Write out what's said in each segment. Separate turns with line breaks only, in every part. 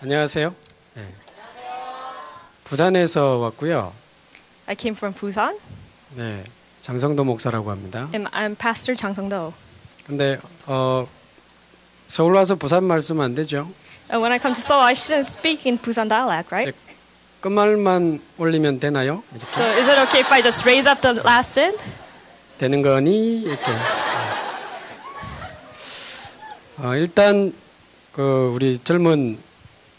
안녕하세요. 네. 부산에서 왔고요.
I came from Busan,
네, 장성도 목사라고 합니다.
and I'm Pastor Chang Sung-do.
근데 어, 서울 와서 부산 말씀 안 되죠?
And when I come to Seoul, I shouldn't speak in Busan dialect, right?
네. 끝말만 올리면 되나요? 이렇게
So is it okay if I just raise up the last end?
되는 거니 이렇게. 네. 어, 일단 그 우리 젊은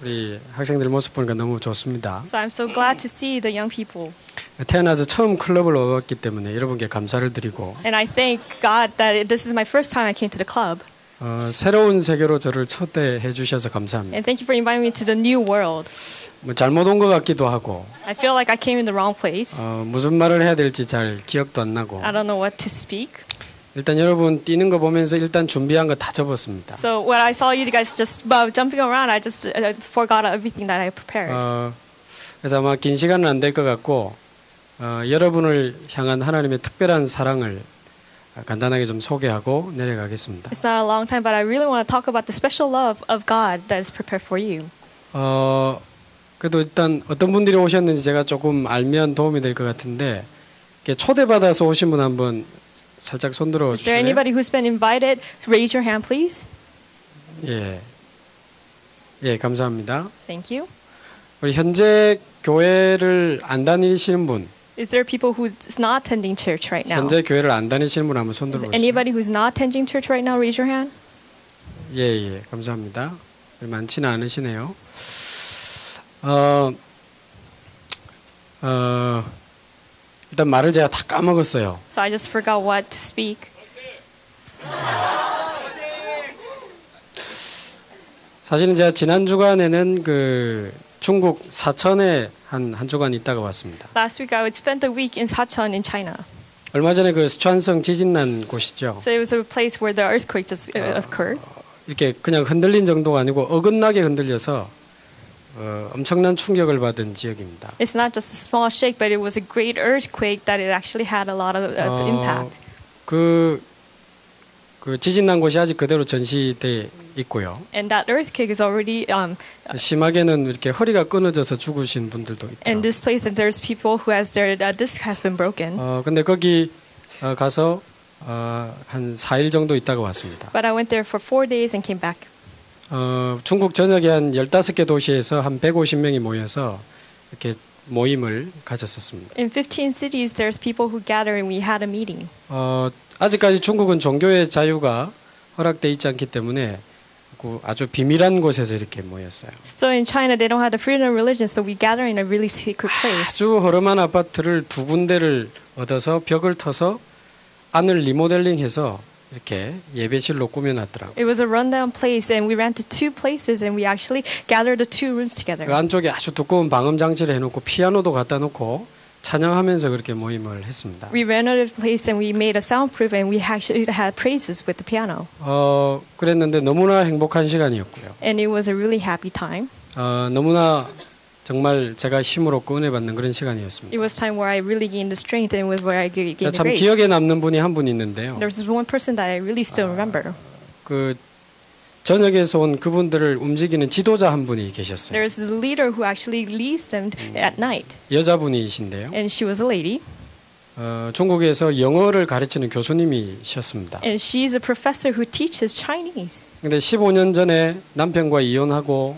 우리 학생들 모습 보니까 너무 좋습니다.
So I'm so glad to see the young people,
태어나서 처음 클럽을 와봤기 때문에 여러분께 감사를 드리고
and I thank God that it, this is my first time I came to the club,
어, 새로운 세계로 저를 초대해 주셔서 감사합니다.
and thank you for inviting me to the new world.
뭐 잘못 온 것 같기도 하고
I feel like I came in the wrong place.
어, 무슨 말을 해야 될지 잘 기억도 안 나고
I don't know what to speak.
일단 여러분 뛰는 거 보면서 일단 준비한 거 다 접었습니다.
So when I saw you guys just uh, jumping around, I just uh, forgot everything that I prepared.
어, 그래서 아마 긴 시간은 안 될 것 같고 어, 여러분을 향한 하나님의 특별한 사랑을 간단하게 좀 소개하고 내려가겠습니다.
It's not a long time, but I really want to talk about the special love of God that is prepared for you.
어, 그래도 일단 어떤 분들이 오셨는지 제가 조금 알면 도움이 될 것 같은데 이렇게 초대받아서 오신 분 한번 살짝 손들어
Is there
주실래요?
anybody who's been invited? Raise your hand, please.
예. 예, 감사합니다.
Thank you.
우리 현재 교회를 안 다니시는 분,
Is there people who's not attending church right now?
현재 교회를 안 다니시는 분 한번
Is
손들어
there
보시죠.
anybody who's not attending church right now? Raise your hand.
예, 예, 감사합니다. 많지는 않으시네요. 어, 어, 일단 말을 제가 다 까먹었어요.
So I just forgot what to speak.
사실은 제가 지난 주간에는 그 중국 사천에 한, 한 주간 있다가 왔습니다.
Last week I would spend the week in Sachan in China.
얼마 전에 그 스촨성 지진 난 곳이죠.
So it was a place where the earthquake just uh, occurred.
이렇게 그냥 흔들린 정도가 아니고 어긋나게 흔들려서 어, 엄청난 충격을 받은 지역입니다.
It's not just a small shake, but it was a great earthquake that it actually had a lot of uh,
어,
impact.
그, 그 지진 난 곳이 아직 그대로 전시돼 있고요.
And that earthquake is already um,
심하게는 이렇게 허리가 끊어져서 죽으신 분들도
in
있고요.
this place, and there's people who has their uh, disc has been broken.
어, 근데 거기 어, 가서 어, 한 4일 정도 있다가 왔습니다.
But I went there for four days and came back.
어, 중국 전역에 한 15개 도시에서 한 150명이 모여서 이렇게 모임을 가졌었습니다.
In 15 cities, there's people who gather, and we had a meeting.
어, 아직까지 중국은 종교의 자유가 허락돼 있지 않기 때문에 그 아주 비밀한 곳에서 이렇게 모였어요.
So in China, they don't have the freedom of religion, so we gather in a really secret place.
아주 허름한 아파트를 두 군데를 얻어서 벽을 터서 안을 리모델링해서 이렇게 예배실로 꾸며놨더라고요.
It was a rundown place, and we rented two places, and we actually gathered the two rooms
그
together.
안쪽에 아주 두꺼운 방음 장치를 해놓고 피아노도 갖다 놓고 찬양하면서 그렇게 모임을 했습니다.
We rented the place, and we made a soundproof, and we actually had praises with the piano.
어 그랬는데 너무나 행복한 시간이었고요.
And it was a really happy time.
어, 너무나 정말 제가 힘으로 얻고 은혜 받는 그런 시간이었습니다.
It was time where I really gained the strength, and it was where I gained
제가
the
참
grace.
기억에 남는 분이 한 분 있는데요.
There's this one person that I really still remember.
그 전역에서 온 그분들을 움직이는 지도자 한 분이 계셨어요.
There's this leader who actually leads them at night,
여자분이신데요.
and she was a lady,
어, 중국에서 영어를 가르치는 교수님이셨습니다.
and she's a professor who teaches Chinese.
근데 15년 전에 남편과 이혼하고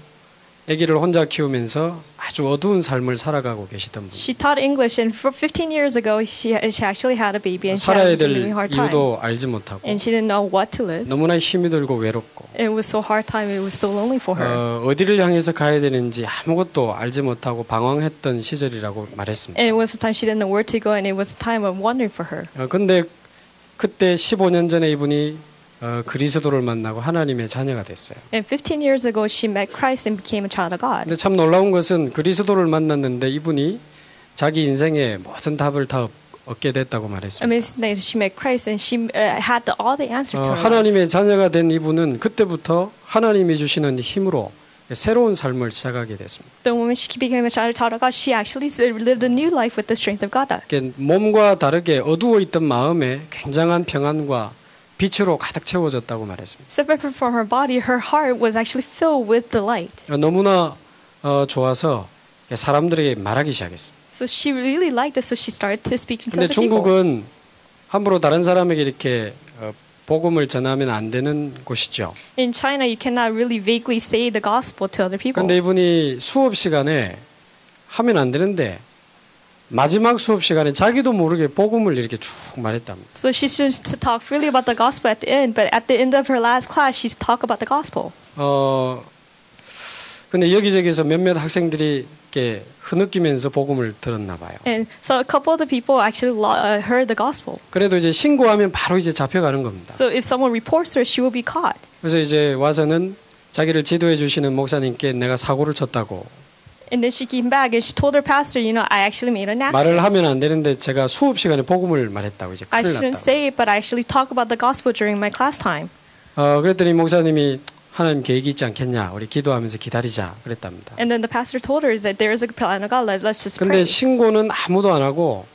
아기를 혼자 키우면서 아주 어두운 삶을 살아가고 계시던 분.
She taught English, and for 15 years ago, she, she actually had a baby, and she
살아야
was
될
living a hard time,
이유도 알지 못하고
and she didn't know what to live.
너무나 힘이 들고 외롭고
It was so hard time. It was so lonely for her.
어, 어디를 향해서 가야 되는지 아무것도 알지 못하고 방황했던 시절이라고 말했습니다.
And it was a time she didn't know where to go, and it was a time of wondering for her.
어, 근데 그때 15년 전에 이분이 어, 그리스도를 만나고 하나님의 자녀가 됐어요.
And 15 years ago, she met Christ and became a child of God.
근데 참 놀라운 것은 그리스도를 만났는데 이분이 자기 인생의 모든 답을 다 얻- 얻게 됐다고 말했습니다.
Amazing thing is she met Christ, and she uh, had the, all the answers
어,
to her. life.
하나님의 자녀가 된 이분은 그때부터 하나님이 주시는 힘으로 새로운 삶을 시작하게 됐습니다.
The moment she became a child of God, she actually lived a new life with the strength of God.
이렇게 몸과 다르게 어두워 있던 마음에 굉장한 평안과 빛으로 가득 채워졌다고 말했습니다.
Separate from her body, her heart was actually filled with the light.
어, 너무나 어, 좋아서 사람들에게 말하기 시작했습니다.
So she really liked it, so she started to speak to
근데
other people.
중국은 함부로 다른 사람에게 이렇게 어, 복음을 전하면 안 되는 곳이죠.
In China, you cannot really vaguely say the gospel to other people.
그런데 이분이 수업 시간에 하면 안 되는데 마지막 수업 시간에 자기도 모르게 복음을 이렇게 쭉 말했답니다.
So she used to talk freely about the gospel at the end, but at the end of her last class, she's talk about the gospel.
어 근데 여기저기서 몇몇 학생들이 이렇게 흐느끼면서 복음을 들었나 봐요.
And so a couple of the people actually lo- uh, heard the gospel.
그래도 이제 신고하면 바로 이제 잡혀가는 겁니다.
So if someone reports her, she will be caught.
그래서 이제 와서는 자기를 지도해 주시는 목사님께 내가 사고를 쳤다고
And then she came back and she told her pastor, you know, I actually made an
말을
accident.
하면 안 되는데 제가 수업 시간에 복음을 말했다고 이제
I
큰일 났다고.
shouldn't say it, but I actually talk about the gospel during my class time.
어 그랬더니 목사님이 하나님 계획이 있지 않겠냐? 우리 기도하면서 기다리자 그랬답니다.
And then the pastor told her that there is a plan of God. Let, let's just
근데
pray.
신고는 아무도 안 하고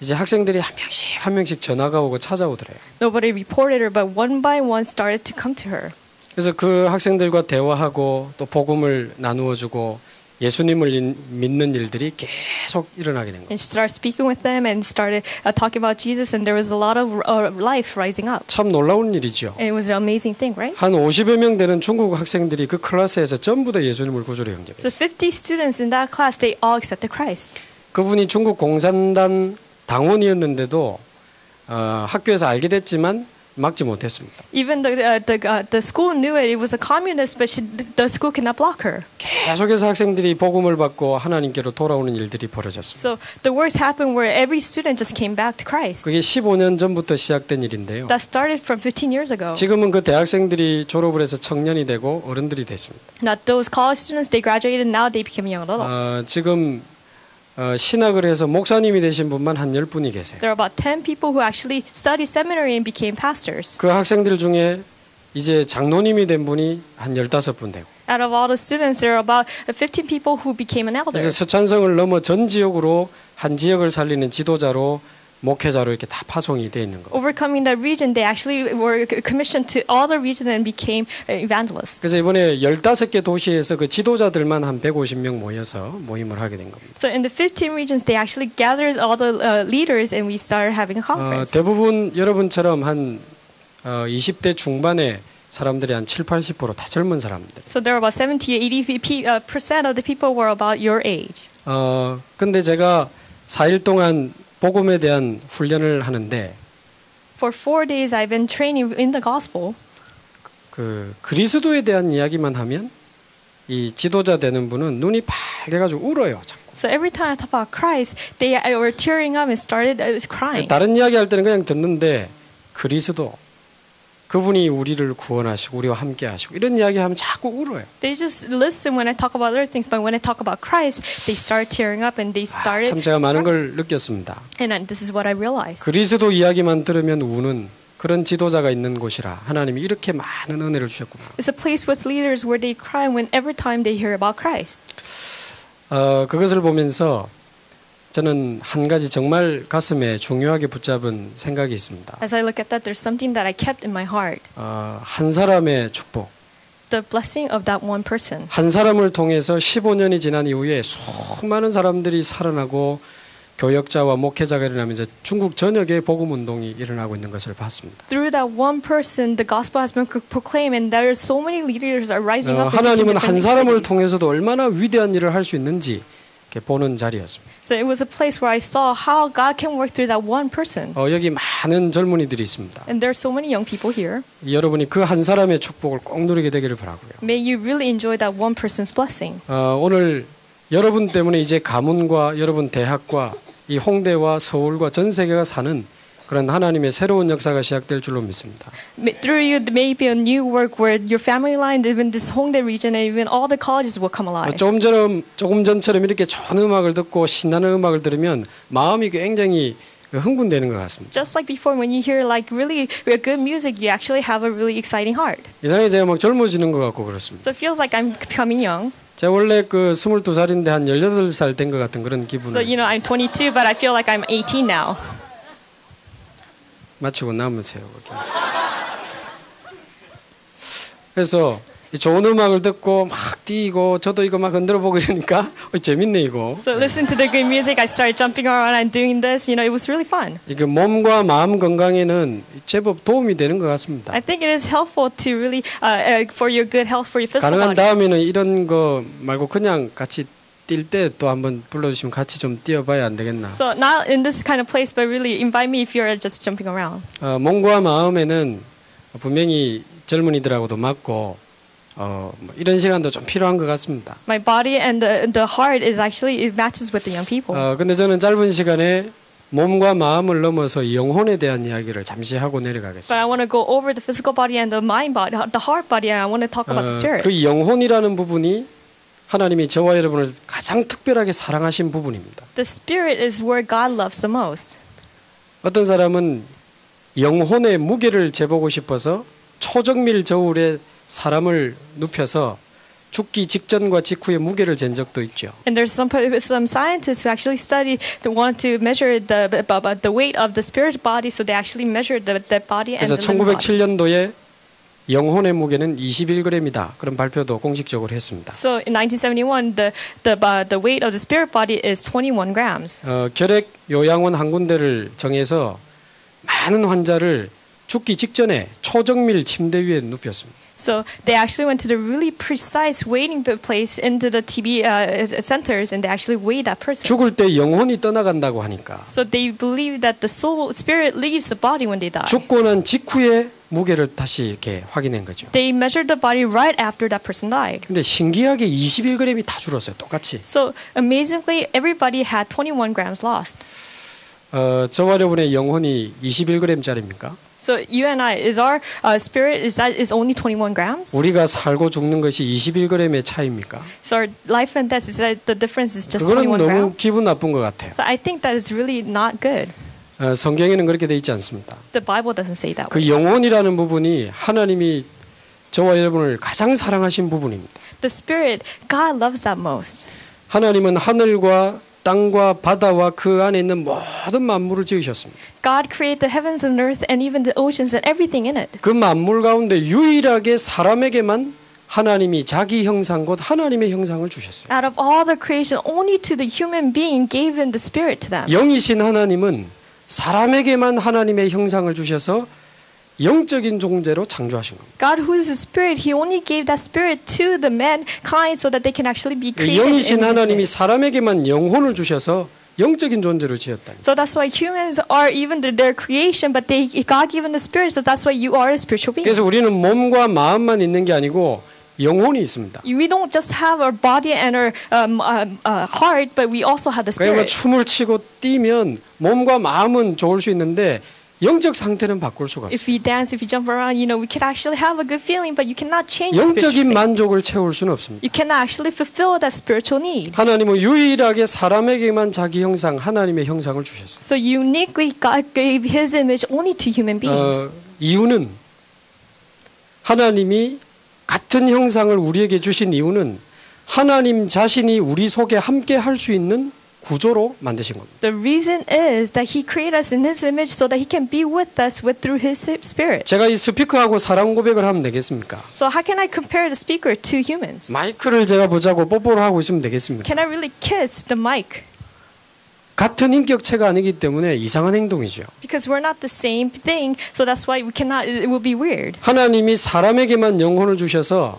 이제 학생들이 한 명씩 한 명씩 전화가 오고 찾아오더래요.
Nobody reported her, but one by one started to come to her.
그래서 그 학생들과 대화하고 또 복음을 나누어 주고 예수님을 인- 믿는 일들이 계속 일어나게 된 거예요.
And she started speaking with them and started uh, talking about Jesus. And there was a lot of uh, life rising up.
참 놀라운 일이죠.
And it was an amazing thing, right?
한 50여 명 되는 중국 학생들이 그 클래스에서 전부 다 예수님을 구주로
So
영접했어요.
50 students in that class, they all accepted Christ.
그분이 중국 공산당 당원이었는데도 어, 학교에서 알게 됐지만 막지 못했습니다.
Even the, uh, the, uh, the school knew it. It was a communist, but she, the school cannot block her.
계속해서 학생들이 복음을 받고 하나님께로 돌아오는 일들이 벌어졌습니다.
So the worst happened where every student just came back to Christ.
그게 15년 전부터 시작된 일인데요.
That started from 15 years ago.
지금은 그 대학생들이 졸업을 해서 청년이 되고 어른들이 됐습니다.
Now those college students, they graduated. Now they became young adults.
어, 지금 어, 신학을 해서 목사님이 되신 분만 한 10분이 계세요.
There are about 10 people who actually studied seminary and became pastors.
그 학생들 중에 이제 장로님이 된 분이 한 15분 되고
Out of all the students, there are about 15 people who became an elder.
그래서 서천성을 넘어 전 지역으로 한 지역을 살리는 지도자로 목회자로 이렇게 다 파송이 돼 있는 거예요.
Overcoming that region, they actually were c- commissioned to all the region and became uh, evangelists.
그래서 이번에 15개 도시에서 그 지도자들만 한 150명 모여서 모임을 하게 된 겁니다.
So in the 15 regions, they actually gathered all the uh, leaders and we started having a
어,
conference.
대부분 여러분처럼 한 어, 20대 중반에 사람들이 한 7, 80%다 젊은 사람들.
So there were about 70, 80 pe- uh, percent of the people were about your age.
어, 근데 제가 4일 동안 복음에 대한 훈련을 하는데
For four days, I've been training in the gospel.
그 그리스도에 대한 이야기만 하면 이 지도자 되는 분은 눈이 밝아가지고 울어요. 자꾸.
So every time I talk about Christ, they uh, were tearing up and started uh, crying.
다른 이야기 할 때는 그냥 듣는데 그리스도 그분이 우리를 구원하시고 우리와 함께 하시고 이런 이야기 하면 자꾸 울어요.
They just listen when I talk about other things, but when I talk about Christ, they start tearing up and
아,
they started.
참 제가 많은 걸 느꼈습니다.
And I, this is what I realized.
그리스도 이야기만 들으면 우는 그런 지도자가 있는 곳이라 하나님이 이렇게 많은 은혜를 주셨구나.
It's a place with leaders where they cry whenever time they hear about Christ.
어, 그것을 보면서 저는 한 가지 정말 가슴에 중요하게 붙잡은 생각이 있습니다.
As I look at that, there's something that I kept in my heart
어, 한 사람의 축복,
the blessing of that one person.
한 사람을 통해서 15년이 지난 이후에 수많은 사람들이 살아나고 교역자와 목회자가 일어나면서 중국 전역에 복음 운동이 일어나고 있는 것을 봤습니다.
Through that one person, the gospel has been pro- proclaimed, and there are so many leaders are rising
어, Uh,
up. and making
하나님은 한
different
사람을
cities.
통해서도 얼마나 위대한 일을 할 수 있는지 이렇게 보는 자리였습니다.
So it was a place where I saw how God can work through that one person.
어, 여기 많은 젊은이들이 있습니다.
And there are so many young people here.
여러분이 그 한 사람의 축복을 꼭 누리게 되기를 바라고요.
May you really enjoy that one person's blessing.
어, 오늘 여러분 때문에 이제 가문과 여러분 대학과 이 홍대와 서울과 전 세계가 사는 그런 하나님의 새로운 역사가 시작될 줄로 믿습니다.
May- Through you, there may be a new work where your family line, even this Hongdae region, and even all the colleges will come
어,
alive.
조금 전 조금 전처럼 이렇게 좋은 음악을 듣고 신나는 음악을 들으면 마음이 굉장히 흥분되는 것 같습니다.
Just like before, when you hear like really good music, you actually have a really exciting heart.
이상하게 제가 막 젊어지는 것 같고 그렇습니다.
So it feels like I'm becoming young.
제가 원래 그 22살인데 한 18살 된 것 같은 그런
So you
기분을
know, I'm 22, but I feel like I'm 18 now.
마치고 남으세요. 거기. 그래서 이 좋은 음악을 듣고 막 뛰고 저도 이거 막 흔들어 보고 이러니까 어, 재밌네 이거.
So listen to the good music. I started jumping around and doing this. You know, it was really fun.
이게 몸과 마음 건강에는 제법 도움이 되는 것 같습니다.
I think it is helpful to really uh, uh, for your good health, for your physical
가능한
body.
다음에는 이런 거 말고 그냥 같이 뛸 때 또 한번 불러주시면 같이 좀 뛰어봐야 안 되겠나.
So not in this kind of place, but really invite me if you're just jumping around.
어, 몸과 마음에는 분명히 젊은이들하고도 맞고 어, 뭐 이런 시간도 좀 필요한 것 같습니다.
My body and the, the heart is actually it matches with the young people.
어, 근데 저는 짧은 시간에 몸과 마음을 넘어서 이 영혼에 대한 이야기를 잠시 하고
But I
내려가겠습니다.
want to go over the physical body and the mind body, the heart body, and I want to talk about the
어,
spirit.
그 영혼이라는 부분이 하나님이 저와 여러분을 가장 특별하게 사랑하신 부분입니다.
The spirit is where God loves the most.
어떤 사람은 영혼의 무게를 재보고 싶어서 초정밀 저울에 사람을 눕혀서 죽기 직전과 직후의 무게를 잰 적도 있죠.
And there's some some scientists who actually study to want to measure the b- b- the weight of the spirit body, so they actually measure the, the body and
그래서
the living body.
1907년도에 영혼의 무게는 21g이다. 그런 발표도 공식적으로 했습니다.
So in 1971, the the uh, the weight of the spirit body is 21 grams.
어, 결핵 요양원 한 군데를 정해서 많은 환자를 죽기 직전에 초정밀 침대 위에 눕혔습니다.
So they actually went to the really precise weighting p- place into the TB uh, centers, and they actually weighed that person.
죽을 때 영혼이 떠나간다고 하니까
So they believe that the soul spirit leaves the body when they die.
죽고 난 직후에 무게를 다시 이렇게 확인한 거죠.
They measured the body right after that person died.
근데 신기하게 21g이 다 줄었어요. 똑같이.
So amazingly, everybody had 21 grams lost.
어, 저와 여러분의 영혼이 21g짜리입니까?
So you and I is our uh, spirit is that is only 21 grams.
우리가 살고 죽는 것이 21g의 차이입니까?
So our life and death is that the difference is just
그거는
21
너무
grams.
기분 나쁜 것 같아요.
So I think that is really not good.
어, 성경에는 그렇게 돼 있지 않습니다.
The Bible doesn't say that.
그
Way.
영혼이라는 부분이 하나님이 저와 여러분을 가장 사랑하신 부분입니다.
The spirit, God loves that most.
하나님은 하늘과 땅과 바다와 그 안에 있는 모든 만물을 지으셨습니다.
God created the heavens and earth and even the oceans and everything in it.
그 만물 가운데 유일하게 사람에게만 하나님이 자기 형상 곧 하나님의 형상을 주셨어요.
Out of all the creation, only to the human being gave him the spirit to them.
영이신 하나님은 사람에게만 하나님의 형상을 주셔서 영적인 존재로 창조하신 겁니다.
God, who is a spirit, He only gave that spirit to the mankind so that they can actually be
그
created. in His
영이신 하나님이
image.
사람에게만 영혼을 주셔서 영적인 존재로 지었다.
So that's why humans are even their- their creation, but they God given the spirit. So that's why you are a spiritual being.
그래서 우리는 몸과 마음만 있는 게 아니고 영혼이 있습니다.
You- We don't just have our body and our um, um, uh, heart, but we also have the
그러니까
spirit.
춤을 추고 뛰면 몸과 마음은 좋을 수 있는데 영적 상태는 바꿀 수가 없어요.
If we dance, if we jump around, you know, we can actually have a good feeling, but you cannot change. the spiritual
영적인
thing.
만족을 채울 수는 없습니다.
You cannot actually fulfill that spiritual need.
하나님은 유일하게 사람에게만 자기 형상, 하나님의 형상을 주셨어요.
So uniquely, God gave His image only to human
Uh,
beings.
어, 이유는 하나님이 같은 형상을 우리에게 주신 이유는 하나님 자신이 우리 속에 함께 할 수 있는 구조로 만드신 겁니다.
The reason is that he created us in his image so that he can be with us with through his spirit.
제가 이 스피커하고 사랑 고백을 하면 되겠습니까?
So how can I compare the speaker to humans?
마이크를 제가 보자고 뽀뽀를 하고 있으면 되겠습니까?
Can I really kiss the mic?
같은 인격체가 아니기 때문에 이상한 행동이죠.
Because we're not the same thing, so that's why we cannot it will be weird.
하나님이 사람에게만 영혼을 주셔서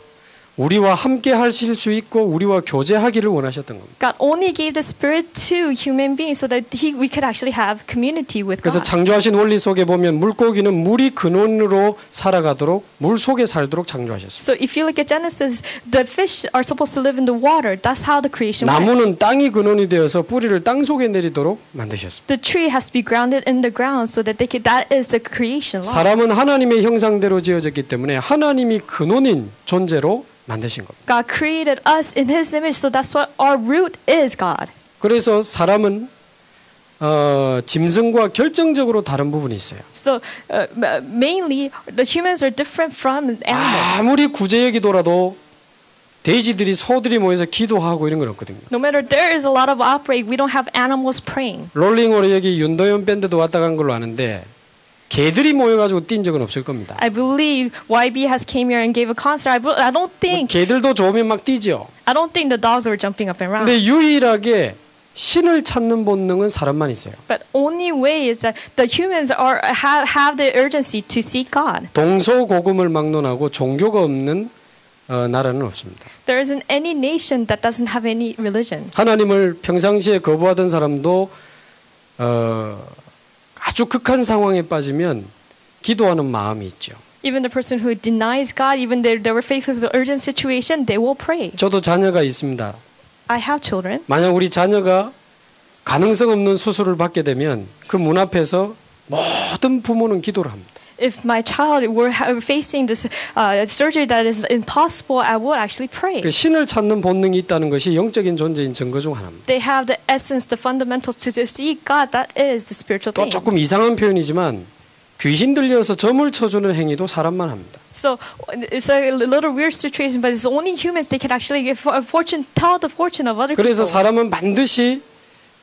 우리와 함께 하실 수 있고 우리와 교제하기를 원하셨던 겁니다.
God only gave the spirit to human beings so that he, we could actually have community with
그래서
God.
창조하신 원리 속에 보면 물고기는 물이 근원으로 살아가도록 물 속에 살도록 창조하셨습니다.
So if you look at Genesis, the fish are supposed to live in the water. That's how the creation went.
나무는 땅이 근원이 되어서 뿌리를 땅 속에 내리도록 만드셨습니다.
The tree has to be grounded in the ground so that they could, that is the creation law.
사람은 하나님의 형상대로 지어졌기 때문에 하나님이 근원인 존재로 만드신 겁니다.
God created us in His image, so that's what our root is God.
그래서 사람은 어, 짐승과 결정적으로 다른 부분이 있어요.
So uh, ma- mainly, the humans are different from animals.
아무리 구제역이더라도 돼지들이 소들이 모여서 기도하고 이런 건 없거든요.
No matter there is a lot of outbreak, we don't have animals praying.
롤링 오레역이 윤도현 밴드도 왔다 간 걸로 아는데 개들이 모여가지고 뛴 적은 없을 겁니다.
I believe YB has came here and gave a concert. I, bel- I don't think
개들도 좋으면 막 뛰죠.
I don't think the dogs were jumping up and around.
근데 유일하게 신을 찾는 본능은 사람만 있어요.
But only way is that the humans are have, have the urgency to seek God.
동서고금을 막론하고 종교가 없는 어, 나라는 없습니다.
There isn't any nation that doesn't have any religion.
하나님을 평상시에 거부하던 사람도 어, 아주 극한 상황에 빠지면 기도하는 마음이 있죠.
Even the person who denies God, even they they were faithful to the urgent situation, they will pray.
저도 자녀가 있습니다.
I have children.
만약 우리 자녀가 가능성 없는 수술을 받게 되면 그 문 앞에서 모든 부모는 기도를 합니다.
If my child were ha- facing this uh, surgery that is impossible, I would actually pray.
그 신을 찾는 본능이 있다는 것이 영적인 존재인 증거 중 하나입니다.
They have the essence, the fundamentals to just seek God. That is the spiritual
또
thing.
조금 이상한 표현이지만 귀신 들려서 점을 쳐주는 행위도 사람만 합니다.
So it's a little weird situation, but it's only humans they can actually give a fortune, tell the fortune of other
그래서
people.
사람은 반드시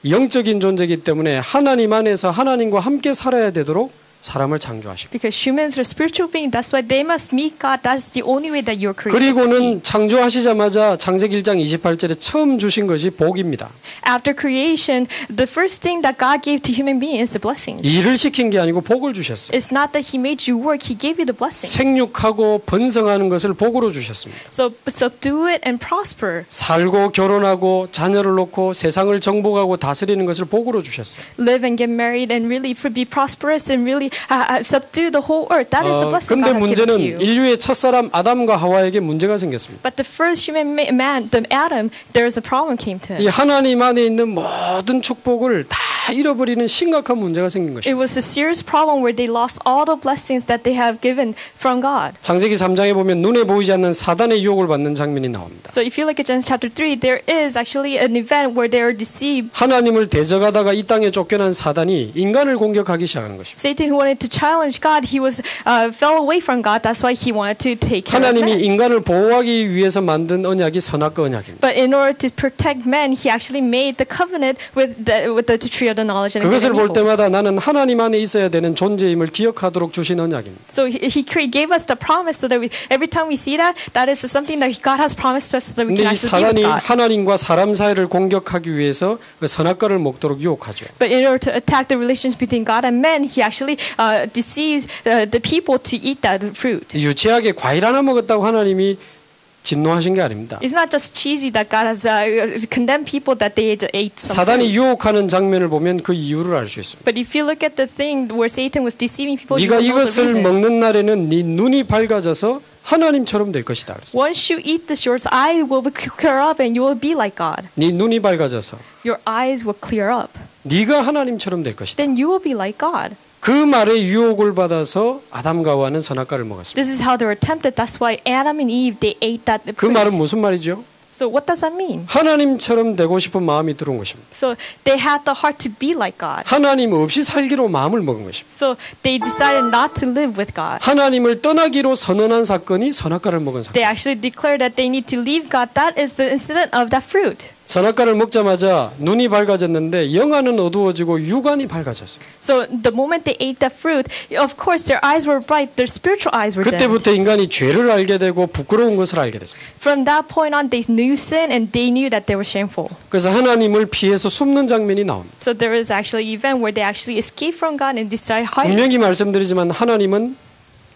영적인 존재이기 때문에 하나님 안에서 하나님과 함께 살아야 되도록 사람을 창조하십니다.
Because humans are spiritual beings, that's why they must meet God. That's the only way that you're created.
그리고는 창조하시자마자 창세기 1장 28절에 처음 주신 것이 복입니다.
After creation, the first thing that God gave to human beings is the blessings.
일을 시킨 게 아니고 복을 주셨어요.
It's not that He made you work; He gave you the blessing.
생육하고 번성하는 것을 복으로 주셨습니다.
So subdue it and prosper.
살고 결혼하고 자녀를 놓고 세상을 정복하고 다스리는 것을 복으로 주셨어요.
Live and get married and really be prosperous and really uh, uh, subdue the whole earth. That is
어,
the blessing
Uh, 근데
God has given
문제는
to you.
인류의 첫사람 아담과 하와에게 문제가 생겼습니다.
But the first human ma- man, the Adam, there is a problem came to him.
이 하나님 안에 있는 모든 축복을 다 잃어버리는 심각한 문제가 생긴
It
것입니다.
was a serious problem where they lost all the blessings that they have given from God.
창세기 3장에 보면 눈에 보이지 않는 사단의 유혹을 받는 장면이 나옵니다.
So if you look at Genesis chapter 3, there is actually an event where they are deceived.
하나님을 대적하다가 이 땅에 쫓겨난 사단이 인간을 공격하기 시작한 것입니다.
Satan who wanted to challenge God, he was uh, fell away from God. That's why he wanted to take care of
하나님이
man.
인간을 보호하기 위해서 만든 언약이 선악과 언약입니다.
But in order to protect men, he actually made the covenant with the, with the tree of the knowledge
네,
and good
그것을
and
볼
evil.
때마다 나는 하나님 안에 있어야 되는 존재임을 기억하도록 주신 언약입니다.
So he, he cre- gave us the promise so that we, every time we see that, that is something that God has promised us so that we
근데
can
이
actually
사단이
be with God.
하나님과 사람 사이를 공격하기 위해서 그 선악과를 먹도록 유혹하죠.
But in order to attack the relations between God and men, he actually uh, deceives uh, the people to eat that fruit.
유치하게 과일 하나 먹었다고 하나님이 진노하신 게 아닙니다.
It's not just cheesy that God has uh, condemned people that they ate- ate something.
사단이 유혹하는 장면을 보면 그 이유를 알 수 있습니다.
But if you look at the thing where Satan was deceiving people, you
네가
will know the
뭐 이것을
reason.
먹는 날에는 네 눈이 밝아져서 하나님처럼 될 것이다. 그랬습니다.
Once you eat this, your eye will be clear up and you will be like God.
네 눈이 밝아져서
Your eyes will clear up.
네가 하나님처럼 될 것이다.
Then you will be like God.
그 말에 유혹을 받아서 아담과 하와는 선악과를 먹었습니다.
This is how they were tempted. That's why Adam and Eve, they ate that
그 말은
fruit.
무슨 말이죠?
So what does that mean?
하나님처럼 되고 싶은 마음이 들어온 것입니다.
So they had the heart to be like God.
하나님 없이 살기로 마음을 먹은 것입니다.
So they decided not to live with God.
하나님을 떠나기로 선언한 사건이 선악과를 먹은 사건.
They actually declared that they need to leave God. That is the incident of that fruit.
선악과를 먹자마자 눈이 밝아졌는데 영안은 어두워지고 육안이 밝아졌어요.
So the moment they ate that fruit, of course their eyes were bright, their spiritual eyes were dimmed.
그때부터 인간이 죄를 알게 되고 부끄러운 것을 알게 됐습니다.
From that point on, they knew sin and they knew that they were shameful.
그래서 하나님을 피해서 숨는 장면이 나옵니다.
So there is actually an event where they actually escaped from God and decided to hide.
분명히 말씀드리지만 하나님은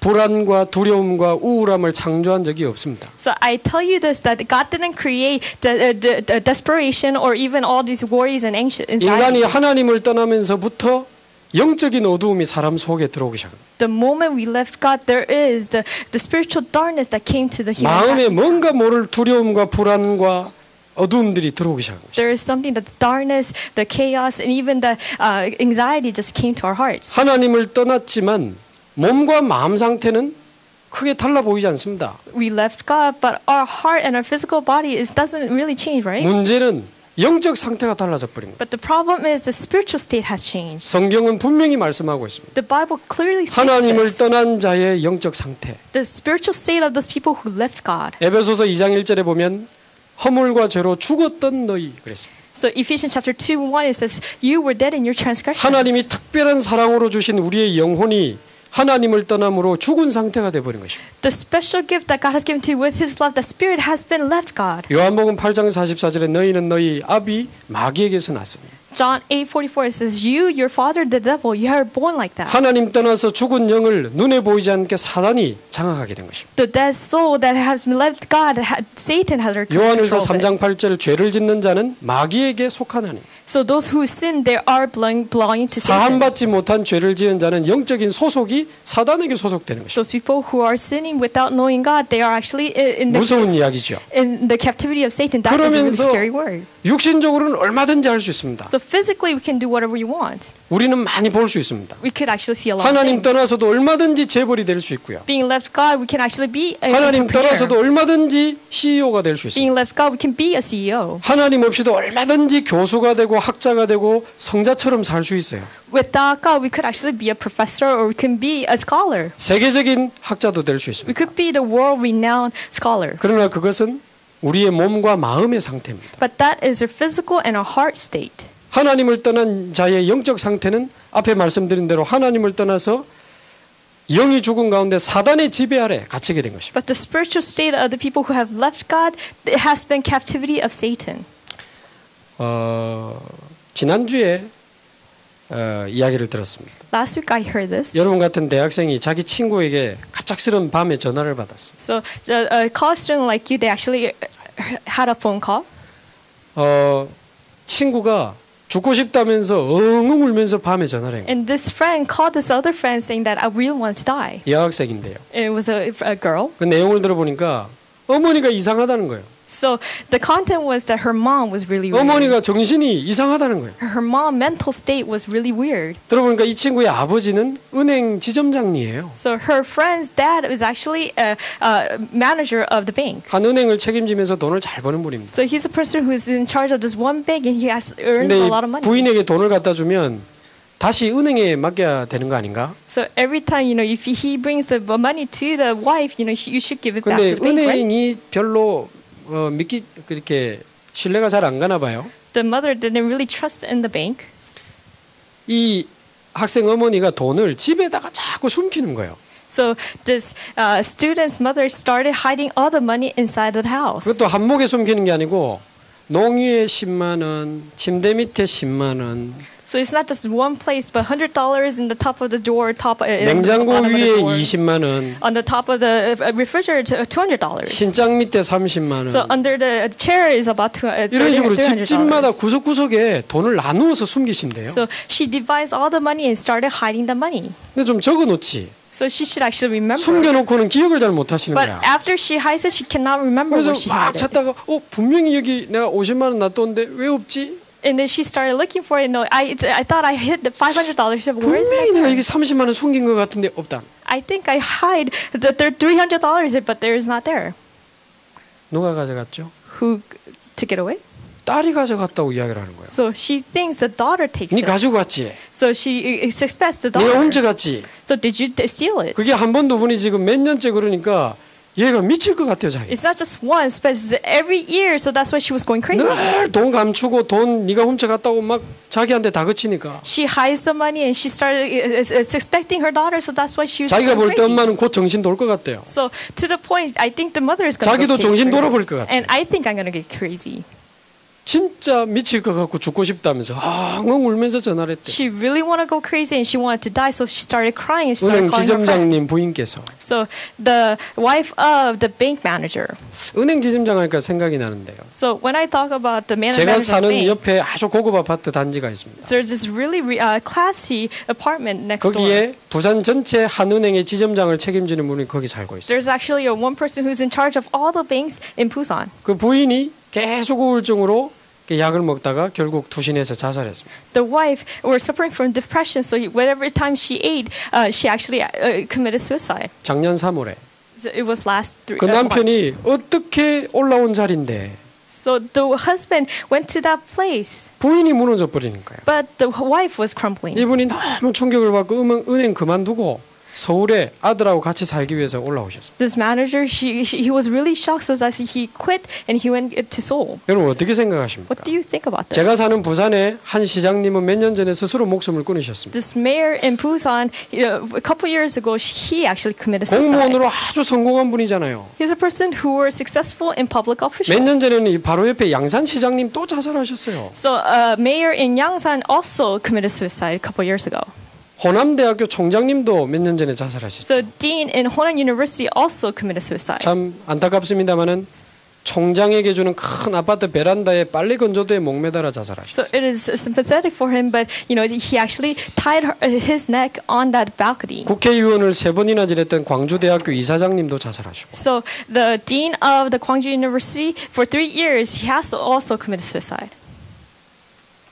불안과 두려움과 우울함을 창조한 적이 없습니다.
So I tell you this that God didn't create the, uh, the, the desperation or even all these worries and anxious
인간이
anxieties.
하나님을 떠나면서부터 영적인 어두움이 사람 속에 들어오기 시작합니다.
The moment we left God, there is the, the spiritual darkness that came to the human heart.
마음에 뭔가 모를 두려움과 불안과 어두움들이 들어오기 시작합니다.
There is something that the darkness, the chaos, and even the uh, anxiety just came to our hearts.
하나님을 떠났지만 몸과 마음 상태는 크게 달라 보이지 않습니다.
We left God, but our heart and our physical body is, doesn't really change, right?
문제는 영적 상태가 달라져 버린 거예요.
But the problem is the spiritual state has changed.
성경은 분명히 말씀하고 있습니다.
The Bible clearly states
하나님을
this,
떠난 자의 영적 상태.
the spiritual state of those people who left God.
에베소서 2장 1절에 보면 허물과 죄로 죽었던 너희 그랬습니다.
So Ephesians chapter 2 1 it says you were dead in your transgressions.
하나님이 특별한 사랑으로 주신 우리의 영혼이 하나님을 떠남으로 죽은 상태가 되어버린 것입니다.
The special gift that God has given to you with His love, the Spirit has been left God.
요한복음 8장 44절에 너희는 너희 아비 마귀에게서 났습니다.
John 8 44 it says, You, your father, the devil, you are born like that.
하나님 떠나서 죽은 영을 눈에 보이지 않게 사단이 장악하게 된 것입니다.
The dead soul that has been left God, had- Satan has her control
요한일서
of it.
3장 8절 죄를 짓는 자는 마귀에게 속한 하니
So those who sin, they are belong- belonging to Satan.
사함받지 못한 죄를 지은 자는 영적인 소속이 사단에게 소속되는 것입니다.
Those people who are sinning without knowing God, they are actually i- in
무서운
the,
이야기죠.
in the captivity of Satan. That is a really
그러면서-
scary word.
육신적으로는 얼마든지 할 수 있습니다.
So physically, we can do whatever we want.
우리는 많이 볼 수 있습니다.
We could actually see a lot of
하나님
things.
떠나서도 얼마든지 재벌이 될 수 있고요.
Being left God, we can actually be an
하나님 떠나서도
entrepreneur.
얼마든지 CEO가 될 수 있습니다.
Being left God, we can be a E CEO.
하나님 없이도 얼마든지 교수가 되고 학자가 되고 성자처럼 살 수 있어요.
Without God, we could actually be a professor or we can be a scholar.
세계적인 학자도 될 수
We
있습니다.
could be the world renowned scholar.
그러나 그것은 우리의 몸과 마음의 상태입니다.
But that is our physical and our heart state.
하나님을 떠난 자의 영적 상태는 앞에 말씀드린 대로 하나님을 떠나서 영이 죽은 가운데 사단의 지배 아래 갇히게 된 것입니다.
But the spiritual state of the people who have left God it has been captivity of Satan.
어, 지난주에 어, 이야기를 들었습니다.
Last week I heard this.
여러분 같은 대학생이 자기 친구에게 갑작스런 밤에 전화를 받았습니다.
So uh, a college student like you, they actually uh, had a phone call.
어, 친구가 죽고 싶다면서 엉엉 울면서 밤에 전화를 한 거예요.
And this friend called this other friend saying that I really want to die.
여학생인데요.
It was a, a girl.
그 내용을 들어보니까 어머니가 이상하다는 거예요.
So the content was that her mom was really weird.
어머니가 정신이 이상하다는 거예요.
Her mom mental state was really weird.
들어보니까 이 친구의 아버지는 은행 지점장이에요.
So her friend's dad was actually a, a manager of the bank.
한 은행을 책임지면서 돈을 잘 버는 분입니다.
So he's a person who's in charge of this one bank and he has earned
근데 이
a lot of money.
부인에게 돈을 갖다 주면 다시 은행에 맡겨야 되는 거 아닌가?
so every time, you know, if he brings the money to the wife, you know, you should give it back
근데
to the bank, right?
은행이 별로 어, 믿기 그렇게 신뢰가 잘 안 가나 봐요.
The mother didn't really trust in the bank.
이 학생 어머니가 돈을 집에다가 자꾸 숨기는 거예요.
So this uh, student's mother started hiding all the money inside the house.
그것도 한복에 숨기는 게 아니고 농위에 10만 원, 침대 밑에 10만 원,
So it's not just one place, but hundred dollars in the top of the door, top uh, in the
냉장고
bottom of
위에
the door,
20만 원,
on the top of the uh, refrigerator, two hundred dollars.
신장 밑에 30만
So 아,
원.
under the chair is about two, uh,
이런 식으로
300
집집마다
$300.
구석구석에 돈을 나누어서 숨기신대요.
So she devised all the money and started hiding the money.
근데 좀 적어놓지.
So she should actually remember.
숨겨놓고는 기억을 잘 못하시는
But
거야.
after she hides it, she cannot remember
그래서
what she
막
hid. it.
찾다가 어 분명히 여기 내가 50만 원 놔뒀는데 왜 없지?
And then she started looking for it. No, I, it's, I thought I hid the five hundred dollars. Where is
분명히 내가
it?
이게 30만 원 숨긴 것 같은데 없다.
I think I hide that there three hundred dollars, but there is not there.
누가 가져갔죠?
Who took it away?
딸이 가져갔다고 이야기를 하는 거예요.
So she thinks the daughter takes
네
it.
가지고 갔지.
So she uh, suspects the
네가
daughter.
훔쳐갔지.
So did you t- steal it?
그게 한 번 두 분이 지금 몇 년째 그러니까 얘가 미칠 것 같아요 자기.
It's not just once, but it's every year. So that's why she was going crazy.
늘 돈 감추고 돈 네가 훔쳐갔다고 막 자기한테 다그치니까
she hides the money and she started is, is suspecting her daughter, so that's why she was
자기가 볼때
going crazy.
엄마는 곧 정신 돌 것 같대요.
So to the point, I think the mother is going to
자기도
go
정신
crazy.
돌아볼 것 같아.
And I think I'm going to get crazy.
진짜 미칠 것 같고 죽고 싶다면서 엉엉 울면서 전화를 했대.
She really want to go crazy and she wanted to die, so she started crying and she
은행
started calling her friend.
지점장님 부인께서
So the wife of the bank manager.
은행 지점장 하니까 생각이 나는데요.
So when I talk about the man
제가
manager of the
사는
bank,
옆에 아주 고급 아파트 단지가 있습니다.
there's this really re- uh, classy apartment next door.
거기에 부산 전체 한은행의 지점장을 책임지는 분이 거기 살고 있어요.
There's actually a one person who's in charge of all the banks in Busan.
그 부인이 계속 우울증으로 이렇게 약을 먹다가 결국 투신해서 자살했습니다.
the wife were suffering from depression, so whatever time she ate, uh, she actually uh, committed suicide.
작년 3월에
So it was last three.
그
uh, March.
남편이 어떻게 올라온 자리인데
So the husband went to that place,
부인이 무너져 버리는 거예요.
but the wife was crumbling.
이분이 너무 충격을 받고 음은- 은행 그만두고 서울에 아들하고 같이 살기 위해서 올라오셨습니다.
This manager, she, she, he was really shocked, so that he quit and he went uh, to Seoul.
여러분 어떻게 생각하십니까?
What do you think about
제가
this?
사는 부산의 한 시장님은 몇 년 전에 스스로 목숨을 끊으셨습니다.
This mayor in Busan, you know, a couple years ago, he actually committed suicide.
공무원으로 아주 성공한 분이잖아요.
He's a person who were successful in public
몇
official.
년 전에는 이 바로 옆에 양산 시장님 또 자살하셨어요.
So, uh, mayor in Yangsan also committed suicide a couple years ago.
호남대학교 총장님도 몇 년 전에 자살하셨죠.
So, dean in Honan University also committed suicide.
참 안타깝습니다만은 총장에게 주는 큰 아파트 베란다에 빨래 건조대에 목매달아
So
자살하셨어요.
it is sympathetic for him, but you know he actually tied her, uh, his neck on that balcony.
국회의원을 세 번이나 지냈던 광주대학교 이사장님도 자살하셨고
So the dean of the Gwangju University for three years he has also committed suicide.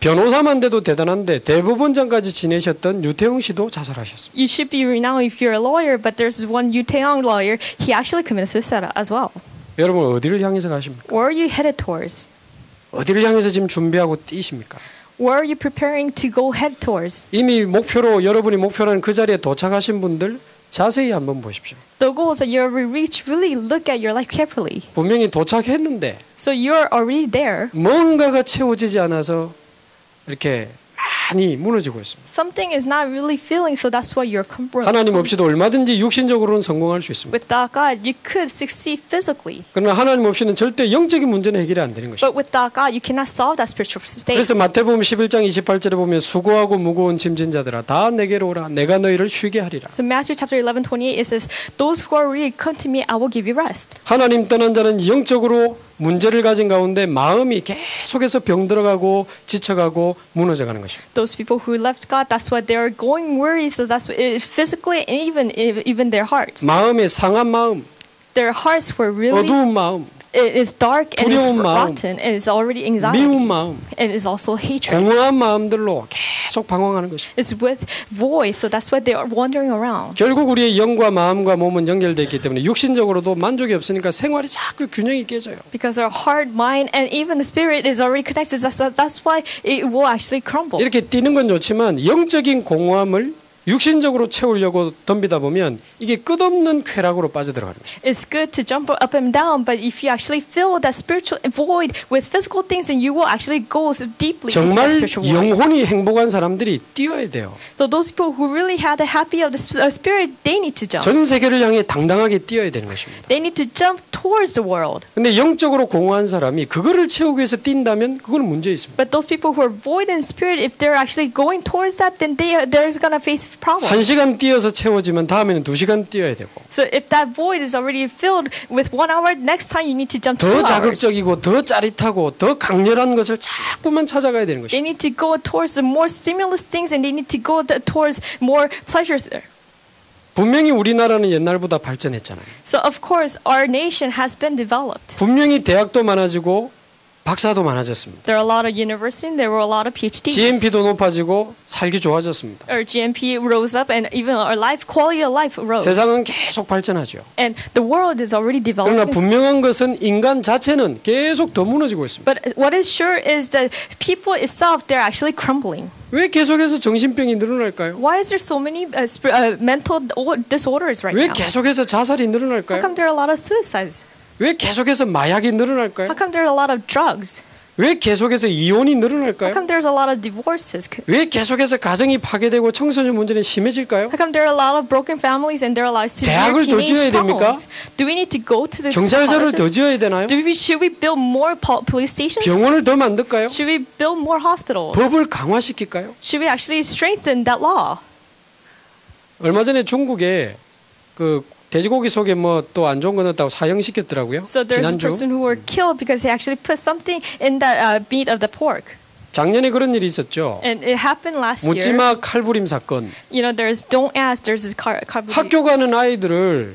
변호사만 돼도 대단한데 대법원장까지 지내셨던 유태웅 씨도 자살하셨습니다.
You should be renowned if you're a lawyer, but there's this one Yu Taeyong lawyer. He actually committed suicide as well.
여러분 어디를 향해서 가십니까?
Where are you headed towards?
어디를 향해서 지금 준비하고 뛰십니까?
Where are you preparing to go head towards?
이미 목표로 여러분이 목표라는 그 자리에 도착하신 분들 자세히 한번 보십시오.
The goals that you already reached. Really look at your life carefully.
분명히 도착했는데
So you're already there.
뭔가가 채워지지 않아서 이렇게 많이 무너지고 있습니다.
Something is not really feeling, so that's why
하나님
you're compromised.
없이도 얼마든지 육신적으로는 성공할 수 있습니다.
Without God, you could succeed physically,
그러나 하나님 없이는 절대 영적인 문제는 해결이 안 되는 것입니다.
but without God, you cannot solve that spiritual state.
그래서 마태복음 11장 28절에 보면 수고하고 무거운 짐진 자들아 다 내게로 오라 내가 너희를 쉬게 하리라.
So Matthew chapter 11, 28, it says, Those who are weary, come to me, I will give you rest.
하나님 떠난 자는 영적으로 문제를 가진 가운데 마음이 계속해서 병들어가고 지쳐가고 무너져가는 것입니다.
Those people who left God, that's why they are going weary, so that's it, physically and even, even their hearts.
마음의 상한 마음,
Their hearts were really,
어두운 마음,
it is dark and it's
두려운 마음,
rotten, and it's already
미운
anxiety,
마음,
and it's also hatred.
공허한 마음들로 계속 방황하는 것입니다.
It's with void, so that's why they are wandering around.
결국 우리의 영과 마음과 몸은 연결되어 있기 때문에 육신적으로도 만족이 없으니까 생활이 자꾸 균형이 깨져요.
Because our heart, mind, and even the spirit is already connected. That's, that's why it will actually crumble.
이렇게 뛰는 건 좋지만 영적인 공허함을 육신적으로 채우려고 덤비다 보면 이게 끝없는 쾌락으로 빠져들어가는 거죠.
It's good to jump up and down, but if you actually fill that spiritual void with physical things, then you will actually go so deeply into that
정말
spiritual void.
영혼이 행복한 사람들이 뛰어야 돼요.
So those people who really had the happy of the sp- uh, spirit, they need to jump.
전 세계를 향해 당당하게 뛰어야 되는 것입니다.
They need to jump towards the world.
근데 영적으로 공허한 사람이 그거를 채우기 위해서 뛴다면 그건 문제 있습니다.
But those people who are void in spirit, if they're actually going towards that, then they are, they're gonna face
한
problems.
시간 뛰어서 채워지면 다음에는 두 시간 뛰어야 되고
So if that void is already filled with one hour, next time you need to jump two
더
hours.
자극적이고 더 짜릿하고 더 강렬한 것을 자꾸만 찾아가야 되는 것입니다.
They need to go towards the more stimulus things, and they need to go th- towards more pleasure. There.
분명히 우리나라는 옛날보다 발전했잖아요.
So of course, our nation has been developed.
분명히 대학도 많아지고 박사도 많아졌습니다.
There are a lot of universities. There were a lot of PhDs.
GMP도 높아지고 살기 좋아졌습니다.
Our GMP rose up, and even our life quality of life rose.
세상은 계속 발전하죠.
And the world is already
그러나
developing.
분명한 것은 인간 자체는 계속 더 무너지고 있습니다.
But what is sure is that people itself they're actually crumbling.
왜 계속해서 정신병이 늘어날까요?
Why is there so many uh, sp- uh, mental o- disorders right
왜
now?
계속해서 자살이
How come
늘어날까요?
there are a lot of suicides?
왜 계속해서 마약이 늘어날까요?
How come there are a lot of drugs?
왜 계속해서 이혼이
How come
늘어날까요?
there's a lot of divorces? C-
왜 계속해서 가정이 파괴되고 청소년 문제는 심해질까요?
How come there are a lot of broken families and there are a lot of severe
대학을 더 지어야
teenage
됩니까?
problems? Do we need to go to the
경찰서를 더
colleges?
지어야 되나요?
Do we, should we build more po- police stations?
병원을 더 만들까요?
Should we build more hospitals?
법을 강화시킬까요?
Should we actually strengthen that law?
얼마 전에 중국에 그 돼지고기 속에 뭐 또 안 좋은 거 넣었다고 사형시켰더라고요.
So there's a
지난주
person who were killed because they actually put something in the uh, meat of the pork,
작년에 그런 일이 있었죠.
and it happened last year.
묻지마 칼부림 사건.
You know, there's don't ask. There's this car. car
학교 가는 아이들을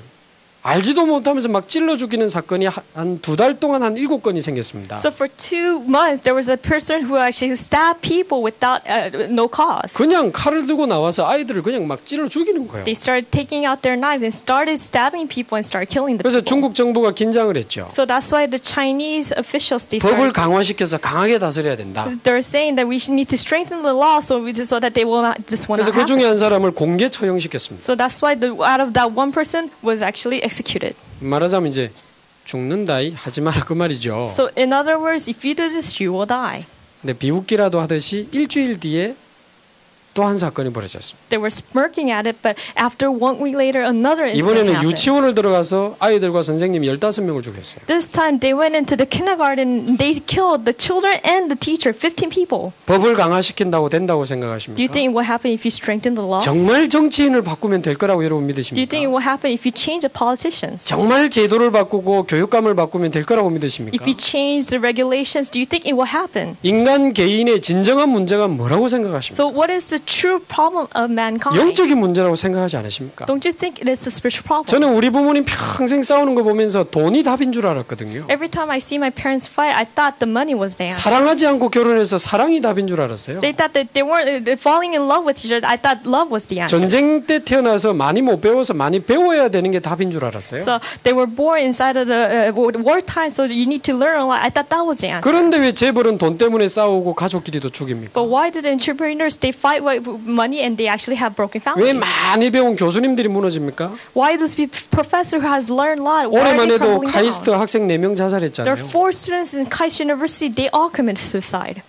알지도 못하면서 막 찔러 죽이는 사건이 한 두 달 동안 한 일곱 건이 생겼습니다.
So for two months, there was a person who actually stabbed people without uh, no cause.
그냥 칼을 들고 나와서 아이들을 그냥 막 찔러 죽이는 거예요.
They started taking out their knives and started stabbing people and started killing the
그래서 중국
people.
정부가 긴장을 했죠.
So that's why the Chinese officials they
법을
started,
강화시켜서 강하게 다스려야 된다.
they're saying that we should need to strengthen the law so we just, so that they will not just want
그래서
to
그
happen.
중에 한 사람을 공개 처형시켰습니다.
So that's why the, out of that one person was actually executed.
말하자면 이제 죽는다이 하지 마라 그 말이죠.
So in other words, if you do this, you will die.
근데 비웃기라도 하듯이 일주일 뒤에 또 한 사건이 벌어졌습니다.
They were smirking at it, but after one week later, another incident
이번에는
happened.
유치원을 들어가서 아이들과 선생님 15명을 죽였어요.
This time they went into the kindergarten. They killed the children and the teacher, 15 people.
법을 강화시킨다고 된다고
Do you
생각하십니까?
think it will happen if you strengthen the law? Do
정말 정치인을 바꾸면 될 거라고 여러분
you think it
믿으십니까?
will happen if you change the politicians?
정말 제도를 바꾸고 교육감을 바꾸면 될 거라고 믿으십니까?
If you change the regulations, do you think it will happen?
인간 개인의 진정한 문제가 뭐라고 생각하십니까?
So, what is the true problem of mankind?
영적인 문제라고 생각하지 않으십니까?
Don't you think it is a spiritual problem?
저는 우리 부모님 평생 싸우는 거 보면서 돈이 답인 줄 알았거든요.
Every time I see my parents fight, I thought the money was the answer.
사랑하지 않고 결혼해서 사랑이 답인 줄 알았어요.
They thought that they weren't uh, falling in love with each other. I thought love was the answer.
전쟁 때 태어나서 많이 못 배워서 많이 배워야 되는 게 답인 줄 알았어요.
So they were born inside of the uh, wartime, so you need to learn a lot. I thought that was the answer.
그런데 왜 재벌은 돈 때문에 싸우고 가족끼리도 죽입니까?
But why did entrepreneurs they fight with money and they actually have broken
왜
families?
많이 배운 교수님들이 무너집니까?
Why does the professor who has learned a lot? Why are
올해만
they
해도
crumbling
카이스트
down?
학생 4명
There are
자살했잖아요.
four students in Kaiser University. They all committed suicide.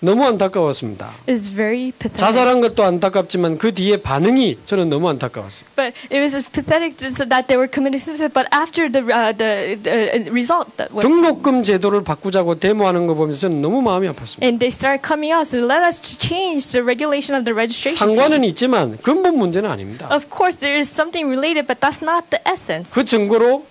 너무 안타까웠습니다.
It's very pathetic.
자살한 것도 안타깝지만 그 뒤에 반응이 저는 너무 안타까웠어요.
But it was pathetic just that they were committing suicide. But after the uh, the, the uh, result that was.
등록금 제도를 바꾸자고 데모하는 거 보면서 저는 너무 마음이 아팠습니다.
and they start coming out. So let us ch- change the regulation of the registration. fee.
상관은 있지만 근본 문제는 아닙니다.
Of course, there is something related, but that's not the essence.
그 증거로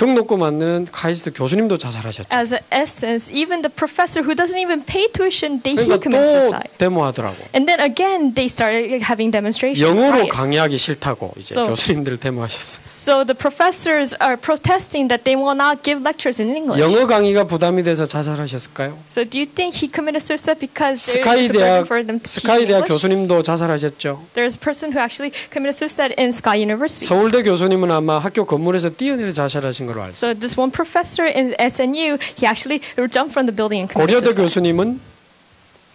등록금 안 내는 카이스트 교수님도 자살하셨죠.
As an essence, even the professor who doesn't even pay tuition, they he
그러니까
commits
또
suicide.
데모하더라고.
And then again, they started having demonstrations.
영어로
riots.
강의하기 싫다고 이제
So-
교수님들 데모하셨어요.
So the professors are protesting that they will not give lectures in English.
영어 강의가 부담이 돼서 자살하셨을까요?
So do you think he committed suicide because there
스카이
is a burden
대학
for them to teach
스카이 대학
English?
교수님도 자살하셨죠.
There's a person who actually committed suicide in Sky University.
서울대 교수님은 아마 학교 건물에서 뛰어내려 자살하신 걸로 알고 있어요.
So this one professor in SNU, he actually jumped from the building and committed
고려대
suicide.
교수님은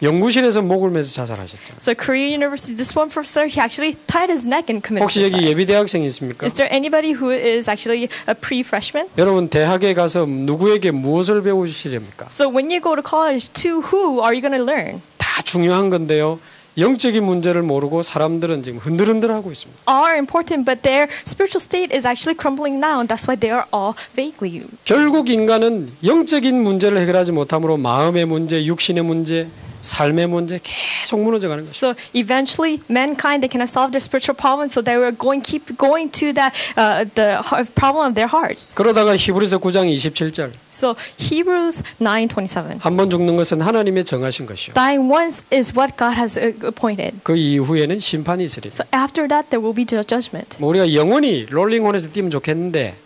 연구실에서 목을 매서 자살하셨죠.
So Korea University, this one professor, he actually tied his neck and committed
혹시 여기
suicide.
예비 대학생 있습니까?
네, Is there anybody who is actually a pre-freshman?
여러분 대학에 가서 누구에게 무엇을 배우시렵니까?
So when you go to college, to who are you going to learn?
다 중요한 건데요. 영적인 문제를 모르고 사람들은 지금 흔들흔들하고 있습니다.
Are important, but their spiritual state is actually crumbling down. That's why they are all vaguely.
결국 인간은 영적인 문제를 해결하지 못함으로 마음의 문제, 육신의 문제, 삶의 문제 계속 무너져가는 것입니다.
So eventually, mankind they cannot solve their spiritual problems, so they were going keep going to that uh, the heart- problem of their hearts.
그러다가 히브리서 9장 27절
So Hebrews nine twenty seven.
한 번 죽는 것은 하나님의 정하신 것이요.
Dying once is what God has uh, appointed.
그 이후에는 심판이 있으리.
So after that, there will be ju- judgment.
뭐 우리가 영원히 롤링온에서 뛰면 좋겠는데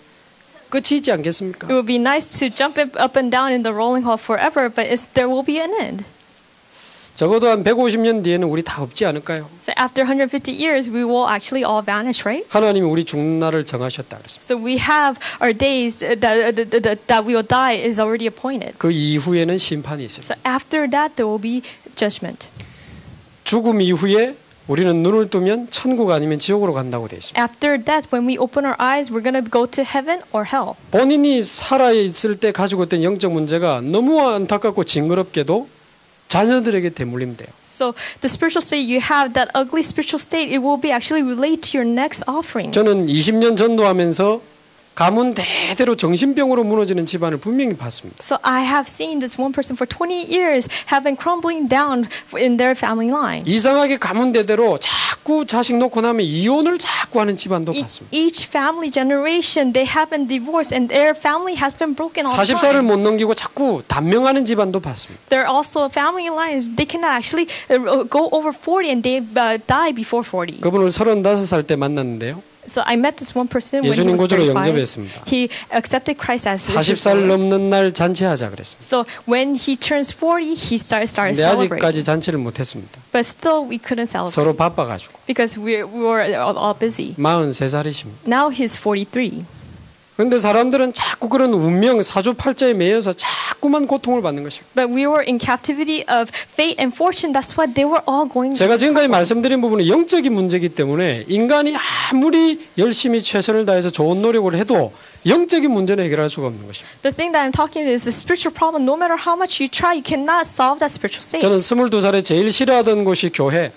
끝이 있지
It
않겠습니까?
would be nice to jump up- up and down in the rolling hall forever, but it's, there will be an end.
적어도 한 150년 뒤에는 우리 다 없지 않을까요?
So after 150 years, we will actually all vanish, right?
하나님이 우리 죽는 날을 정하셨다 그랬습니다.
So we have our days that, that, that, that we will die is already appointed.
그 이후에는 심판이
So
있습니다.
after that, there will be judgment.
죽음 이후에 우리는 눈을 뜨면 천국 아니면 지옥으로 간다고 되어 있습니다.
After that, when we open our eyes, we're going to go to heaven or hell.
본인이 살아 있을 때 가지고 있던 영적 문제가 너무 안타깝고 징그럽게도 자녀들에게 대물림돼요.
So the spiritual state you have, that ugly spiritual state, it will be actually related to your next offering.
저는 20년 전도하면서 가문 대대로 정신병으로 무너지는 집안을 분명히 봤습니다.
So I have seen this one person for 20 years have been crumbling down in their family line.
이상하게 가문 대대로 자꾸 자식 놓고 나면 이혼을 자꾸 하는 집안도
E-
봤습니다.
each family generation they have been divorced and their family has been broken all the
40살을
time.
못 넘기고 자꾸 단명하는 집안도 봤습니다.
There are also family lines they cannot actually uh, go over 40 and they uh, die uh, before 40.
그분을 35살 때 만났는데요.
So I met this one person when he
예수님
was
구주로
35.
영접했습니다.
He accepted Christ as his
40살
Lord.
넘는 날 잔치하자 그랬습니다.
So when he turns 40, he started started
근데
celebrating.
아직까지 잔치를 못했습니다.
But still, we couldn't celebrate
서로 바빠가지고
because we, we were all, all busy.
43살이십니다.
Now he's 43.
그런데 사람들은 자꾸 그런 운명 사주팔자에 매여서 자꾸만 고통을 받는 것입니다.
But we were in captivity of fate and fortune. That's why they were all going.
제가 지금까지 말씀드린 부분은 영적인 문제이기 때문에 인간이 아무리 열심히 최선을 다해서 좋은 노력을 해도 영적인 문제는 해결할 수가 없는 것입니다.
The thing that I'm talking is a spiritual problem. No matter how much you try, you cannot solve that spiritual state.
저는 22살에 제일 싫어하던 곳이 교회,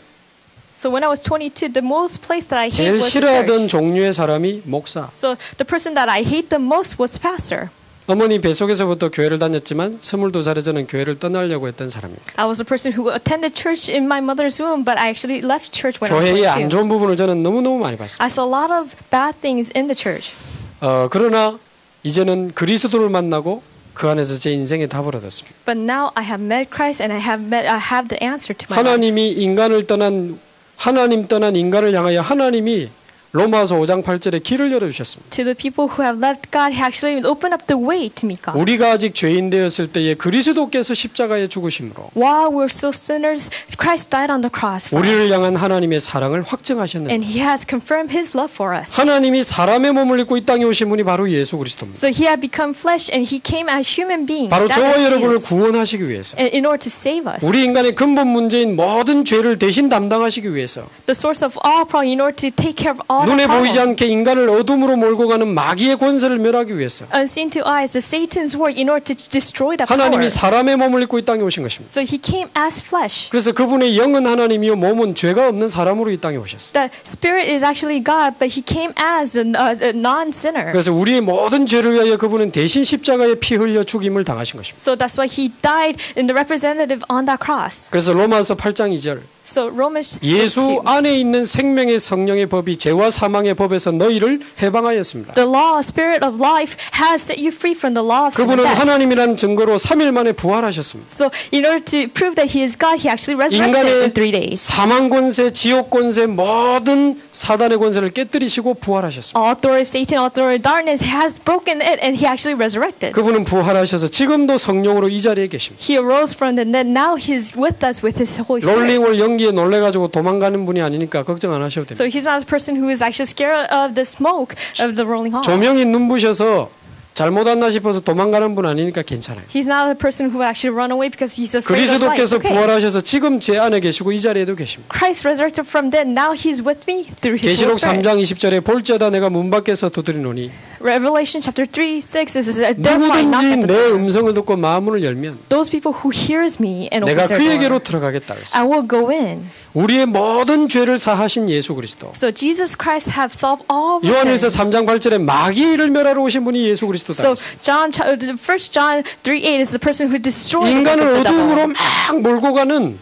So when I was 22, the most place that I hate
제일
was the church.
싫어하던 종류의 사람이 목사.
So the person that I hate the most was pastor.
어머니 뱃속에서부터 교회를 다녔지만 22살에 저는 교회를 떠나려고 했던 사람입니다.
I was a person who attended church in my mother's womb, but I actually left church when I was
교회의 안
22.
좋은 부분을 저는 너무너무 많이 봤습니다.
I saw a lot of bad things in the church.
어, 그러나 이제는 그리스도를 만나고 그 안에서 제 인생의 답을 얻었습니다.
But now I have met Christ and I have met I have the answer to my life.
하나님이 인간을 떠난 하나님 떠난 인간을 향하여 하나님이 로마서 5장 8절에 길을 열어 주셨습니다.
To the people who have left God, He actually opened up the way to meet God.
우리가 아직 죄인 되었을 때에 그리스도께서 십자가에 죽으심으로
While we're still sinners, Christ died on the cross for
우리를
us.
향한 하나님의 사랑을 확증하셨는데
And He has confirmed His love for us.
하나님이 사람의 몸을 입고 이 땅에 오신 분이 바로 예수 그리스도입니다.
So He had become flesh and He came as human beings.
바로
That is
저와 여러분을
Jesus.
구원하시기 위해서
And in order to save us.
우리 인간의 근본 문제인 모든 죄를 대신 담당하시기 위해서
The source of all problem, in order to take care of all the
눈에 보이지
problem.
않게 인간을 어둠으로 몰고 가는 마귀의 권세를 멸하기 위해서
Unseen to uh, eyes, the Satan's work in order to destroy that power.
하나님이 사람의 몸을 입고 이 땅에 오신 것입니다.
So He came as flesh.
그래서 그분의 영은 하나님이요 몸은 죄가 없는 사람으로 이 땅에 오셨어요.
The spirit is actually God, but he came as a, a, a non-sinner.
그래서 우리의 모든 죄를 위하여 그분은 대신 십자가에 피 흘려 죽임을 당하신 것입니다.
So that's why he died in the representative on that cross.
그래서 로마서 8장 2절
So Romans
예수
15.
안에 있는 생명의 성령의 법이 죄와 사망의 법에서 너희를 해방하였습니다.
the law, spirit of life, has set you free from the law of sin and
그분은
death.
하나님이라는 증거로 3일 만에 부활하셨습니다.
So in order to prove that he is God, he actually resurrected in
인간의
three days.
사망 권세, 지옥 권세, 모든 사단의 권세를 깨뜨리시고 부활하셨습니다.
All authority of Satan, all authority of darkness has broken it, and he actually resurrected.
그분은 부활하셔서 지금도 성령으로 이 자리에 계십니다.
He arose from the dead. Now he's with us with his Holy Spirit.
롤링을 연기에 놀래가지고 도망가는 분이 아니니까 걱정 안 하셔도 됩니다.
So he's not a person who is actually scared of the smoke of the rolling hall.
조명이 눈부셔서 잘못 왔나 싶어서 도망가는 분 아니니까 괜찮아요.
He's not a person who would actually run away because he's afraid of life.
그리스도께서
Okay.
부활하셔서 지금 제 안에 계시고 이 자리에도 계십니다.
Christ resurrected from dead. Now he's with me through his Holy
계시록
Spirit.
3장 20절에 볼지어다 내가 문 밖에서 두드리노니
Revelation chapter 3, 6 is a terrifying knock
누구든지 내
at the door.
음성을 듣고 마음을 열면
Those people who hears me and
내가
opens their
그에게로
door,
들어가겠다 그랬어요.
I will go in.
우리의 모든 죄를 사하신 예수 그리스도.
So Jesus Christ have solved all the
요한일서
sins.
3장 8절에 마귀의 일을 멸하러 오신 분이 예수 그리스도다.
So
그랬어요.
John, uh, First John 3, 8 is the person who destroys the
인간을
work of the devil.
어둠으로 막 몰고 가는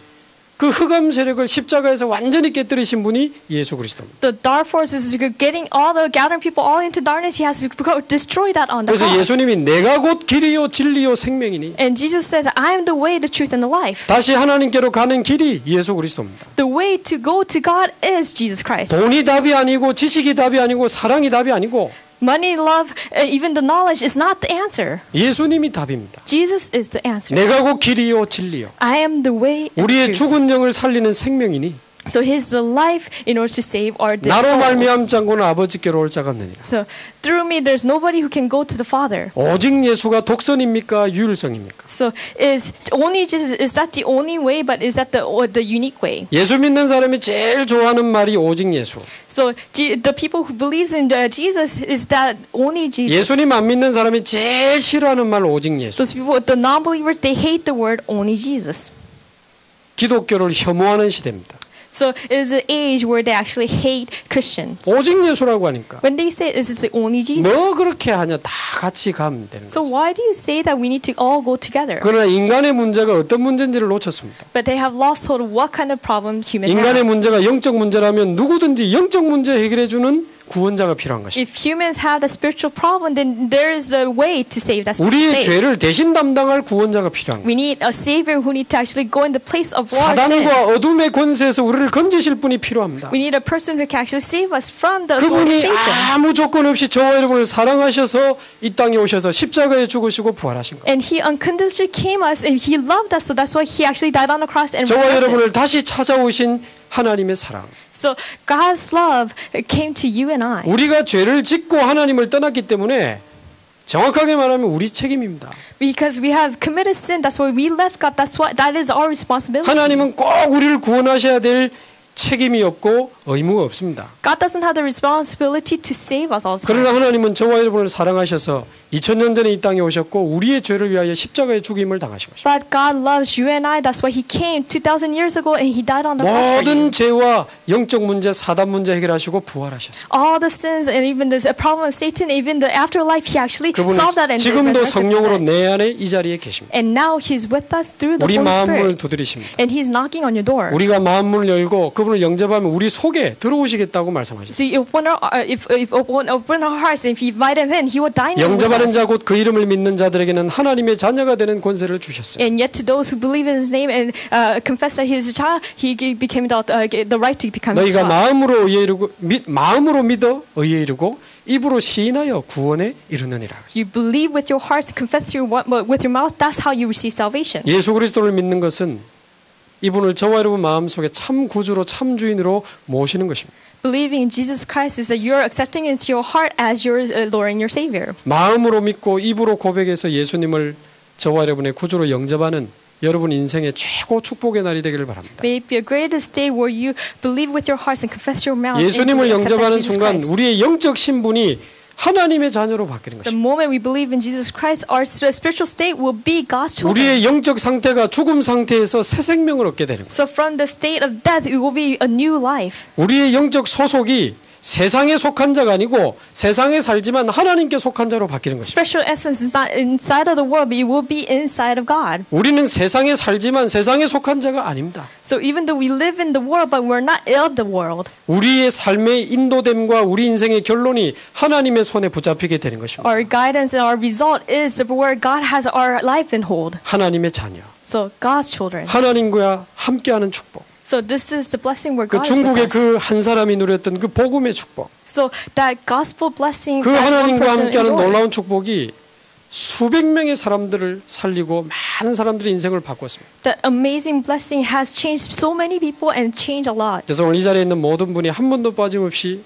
그 흑암 세력을 십자가에서 완전히 깨뜨리신 분이 예수 그리스도입니다.
The dark forces is getting all the gathering people all into darkness. He has to go destroy that on the
그래서
cross.
예수님이 내가 곧 길이요 진리요 생명이니
And Jesus says, I am the way, the truth, and the life.
다시 하나님께로 가는 길이 예수 그리스도입니다.
The way to go to God is Jesus Christ.
돈이 답이 아니고 지식이 답이 아니고 사랑이 답이 아니고
Money, love, uh, even the knowledge is not the answer.
예수님이 답입니다.
Jesus is the answer.
내가 곧 길이요 진리요
I am the way. and
우리의
the truth.
죽은 영을 살리는 생명이니
So He is the life in order to save our dead
나로
souls.
말미암 장고는 아버지께로 올 자가 없느니라.
So through me, there's nobody who can go to the Father.
오직 예수가 독선입니까 유일성입니까?
So is only Jesus? Is that the only way? But is that the or the unique way?
예수 믿는 사람이 제일 좋아하는 말이 오직 예수.
So Je- the people who believes in uh, Jesus is that only Jesus.
예수님 안 믿는 사람이 제일 싫어하는 말 오직 예수.
Those people, the non-believers, they hate the word only Jesus.
기독교를 혐오하는 시대입니다.
So it is an age where they actually hate Christians.
오직 예수라고 하니까
When they say this is the only Jesus,
뭐 그렇게 하냐 다 같이 가면 되는
so
거죠.
why do you say that we need to all go together?
그러나 인간의 문제가 어떤 문제인지를 놓쳤습니다.
But they have lost 네. hold of what kind of problem human
인간의
have.
문제가 영적 문제라면 누구든지 영적 문제 해결해 주는 구원자가 필요한 것입니다.
If humans have the spiritual problem, then there is a way to save that spiritual
우리의
state.
죄를 대신 담당할 구원자가 필요한 거예요.
네. We need a savior who need to actually go in the place of war
사단과
sins.
어둠의 권세에서 우리를 건지실 분이 필요합니다.
We need a person who can actually save us from the authority
그분이
of Satan.
아무 조건 없이 저와 여러분을 사랑하셔서 이 땅에 오셔서 십자가에 죽으시고 부활하신 거예요.
And he unconditionally came us and he loved us, so that's why he actually died on the cross and
저와
resurrected.
여러분을 다시 찾아오신 하나님의 사랑.
So God's love came to you and I.
우리가 죄를 짓고 하나님을 떠났기 때문에 정확하게 말하면 우리 책임입니다.
Because we have committed sin, that's why we left God. That's why that is our responsibility.
하나님은 꼭 우리를 구원하셔야 될 책임이 없고 의무가 없습니다.
God doesn't have the responsibility to save us all the time.
그러나 하나님은 저와 여러분을 사랑하셔서 2000년 전에 이 땅에 오셨고 우리의 죄를 위하여 십자가의 죽임을 당하신 것입니다.
But God loves you and I. That's why He came 2,000 years ago and He died on the cross. For you.
모든 죄와 영적 문제, 사단 문제 해결하시고 부활하셨습니다.
All the sins and even the problem of Satan, even the afterlife, He actually solved that
그분은
and
지금도
resurrected
성령으로
that.
내 안에 이 자리에 계십니다.
And now He's with us through the
우리
Holy
마음을
Spirit.
두드리십니다.
And He's knocking on your door.
우리가 마음문을 열고 그분을 영접하면 우리 속에 들어오시겠다고 말씀하셨습니다.
So you open our, uh, if, if open, open our hearts, and if you invite Him in, He will dine in with
영접하는
us.
자 곧 그 이름을 믿는 자들에게는 하나님의 자녀가 되는 권세를 주셨어요.
And yet, to those who believe in His name and uh, confess that He is a child, He g- became the, uh, g- the right to become His
너희가
child.
마음으로 의에 이르고 믿, 마음으로 믿어 의에 이르고 입으로 시인하여 구원에 이르느니라.
You believe with your hearts, confess through what, with your mouth. That's how you receive salvation.
예수 그리스도를 믿는 것은 이분을 저와 여러분 마음속에 참 구주로 참 주인으로 모시는 것입니다.
Believing in Jesus Christ is that you're accepting into your heart as your uh, Lord and your Savior.
마음으로 믿고 입으로 고백해서 예수님을 저와 여러분의 구주로 영접하는 여러분 인생의 최고 축복의 날이 되기를 바랍니다.
May it be a greatest day where you believe with your hearts and confess your mouth. and
예수님을
accept that
영접하는
Jesus
순간
Christ.
우리의 영적 신분이 하나님의 자녀로 바뀌는 것입니다.
the moment we believe in Jesus Christ, our s- uh, spiritual state will be God's children.
우리의 영적 상태가 죽음 상태에서 새 생명을 얻게 되는 것입니다.
So from the state of death, it will be a new life.
우리의 영적 소속이 세상에 속한 자가 아니고 세상에 살지만 하나님께 속한 자로 바뀌는 것입니다.
Spiritual essence is not inside of the world, but it will be inside of God.
우리는 세상에 살지만 세상에 속한 자가 아닙니다.
So even though we live in the world, but we're not of the world.
우리의 삶의 인도됨과 우리 인생의 결론이 하나님의 손에 붙잡히게 되는 것입니다.
Our guidance and our result is the where God has our life in hold.
하나님의 자녀,
So God's children.
하나님과 함께하는 축복.
So this is the blessing where
그
God is with
중국의
us.
그 한 사람이 누렸던 그 복음의 축복.
So that gospel blessing
그
that one
하나님과
person
함께하는
endured,
놀라운 축복이 수백 명의 사람들을 살리고 많은 사람들의 인생을 바꿨습니다.
that amazing blessing has changed so many people and changed a lot.
그래서 오늘 이 자리에 있는 모든 분이 한 번도 빠짐없이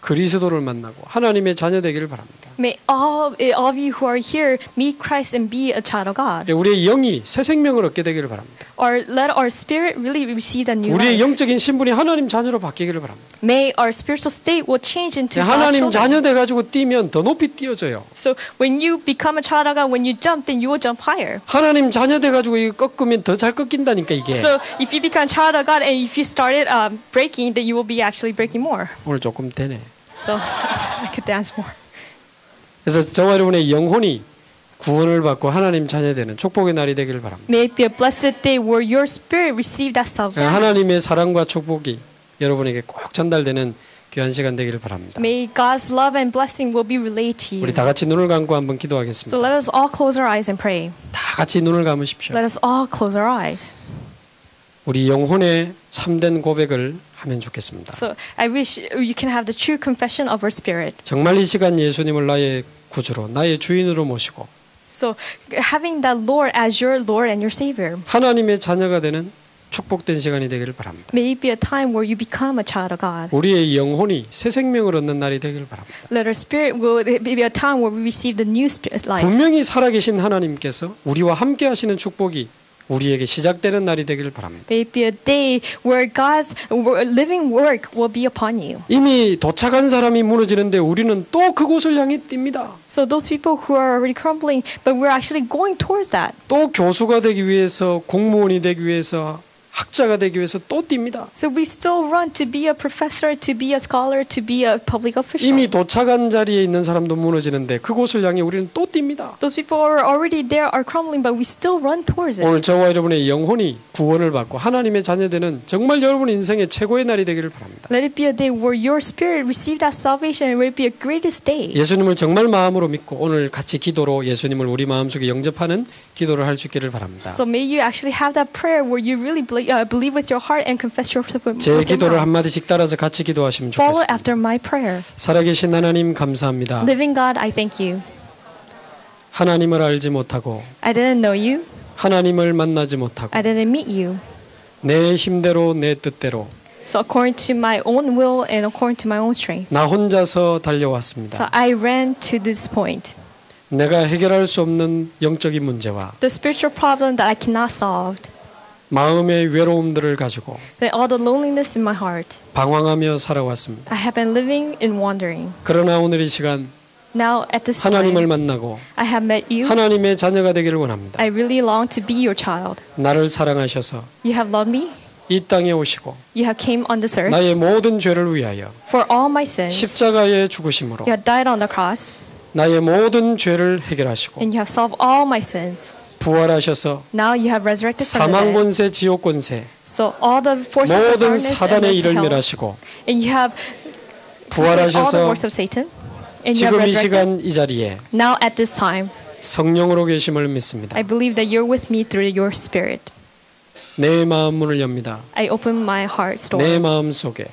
그리스도를 만나고 하나님의 자녀 되기를 바랍니다.
May all, eh, all of you who are here meet Christ and be a child of God.
예, 우리의 영이 새 생명을 얻게 되기를 바랍니다.
Or let our spirit really receive a new
우리의
life.
영적인 신분이 하나님 자녀로 바뀌기를 바랍니다.
May our spiritual state will change into God's
하나님
children.
자녀 돼 가지고 뛰면 더 높이 뛰어져요.
So when you become a child of God, when you jump, then you will jump higher.
하나님 자녀 돼 가지고 이거 꺾으면 더 잘 꺾인다니까 이게.
So if you become a child of God and if you started um, breaking, then you will be actually breaking more.
오늘 조금 되네.
So I could dance more.
그래서 저와 여러분의 영혼이 구원을 받고 하나님 자녀 되는 축복의 날이 되기를 바랍니다.
May it be a blessed day where your spirit receive that salvation.
하나님의 사랑과 축복이 여러분에게 꼭 전달되는 귀한 시간 되기를 바랍니다.
May God's love and blessing will be relayed to you.
우리 다 같이 눈을 감고 한번
So
기도하겠습니다.
let us all close our eyes and pray.
다 같이 눈을 감으십시오.
Let us all close our eyes.
우리 영혼의 참된 고백을 하면 좋겠습니다.
So I wish you can have the true confession of our spirit.
정말 이 시간 예수님을 나의 구주로 나의 주인으로 모시고
So having that Lord as your Lord and your Savior.
하나님의 자녀가 되는 축복된 시간이 되기를 바랍니다.
May it be a time where you become a child of God.
우리의 영혼이 새 생명을 얻는 날이 되기를 바랍니다.
Let our spirit will it be a time where we receive the new spirit life.
분명히 살아계신 하나님께서 우리와 함께 하시는 축복이 우리에게 시작되는 날이 되기를 바랍니다.
May it be a day where God's wo- living work will be upon you.
이미 도착한 사람이 무너지는데 우리는 또 그곳을 향해 뜁니다.
So those people who are already crumbling, but we're actually going towards that.
또 교수가 되기 위해서 공무원이 되기 위해서 학자가 되기 위해서 또 뜁니다.
So we still run to be a professor, to be a scholar, to be a public official.
이미 도착한 자리에 있는 사람도 무너지는데 그곳을 향해 우리는 또 뜁니다.
Those people who are already there are crumbling, but we still run towards it.
오늘 저와 여러분의 영혼이 구원을 받고 하나님의 자녀되는 정말 여러분 인생의 최고의 날이 되기를 바랍니다.
Let it be a day where your spirit receives that salvation and it will be a greatest day.
예수님을 정말 마음으로 믿고 오늘 같이 기도로 예수님을 우리 마음속에 영접하는 기도를 할 수 있기를 바랍니다.
So may you actually have that prayer where you really believe, uh, believe with your heart and confess your with
제
your
기도를
mouth.
한마디씩 따라서 같이 기도하시면
Follow
좋겠습니다.
after 네. my prayer.
살아계신 하나님 감사합니다.
Living God, I thank you.
하나님을 알지 못하고
I didn't know you.
하나님을 만나지 못하고
I didn't meet you.
내 힘대로 내 뜻대로
So according to my own will and according to my own strength.
나 혼자서
So
달려왔습니다.
I ran to this point.
내가 해결할 수 없는 영적인 문제와
The spiritual problem that I cannot solve.
마음의 외로움들을 가지고
Then all the loneliness in my heart.
방황하며 살아왔습니다.
I have been living and wandering.
그러나 오늘 이 시간
Now at this
하나님을
time,
만나고
I have met you.
하나님의 자녀가 되기를 원합니다.
I really long to be your child.
나를 사랑하셔서
You have loved me.
이 땅에 오시고
You have came on this earth
나의 모든 죄를 위하여
for all my sins.
십자가의 죽으심으로
You have died on the cross
나의 모든 죄를 해결하시고
and you have solved all my sins.
부활하셔서
Now you have resurrected from the
사망
dead.
권세 지옥 권세
So all the forces of
모든
darkness and
사단의
this
일을
hell,
멸하시고
and you have defeated all the
부활하셔서
works of Satan, and you
지금
have
이
resurrected.
시간 이 자리에
Now at this time,
성령으로 계심을 믿습니다.
I believe that you're with me through your Spirit.
내 마음 문을 엽니다.
I open my heart's door.
내 마음 속에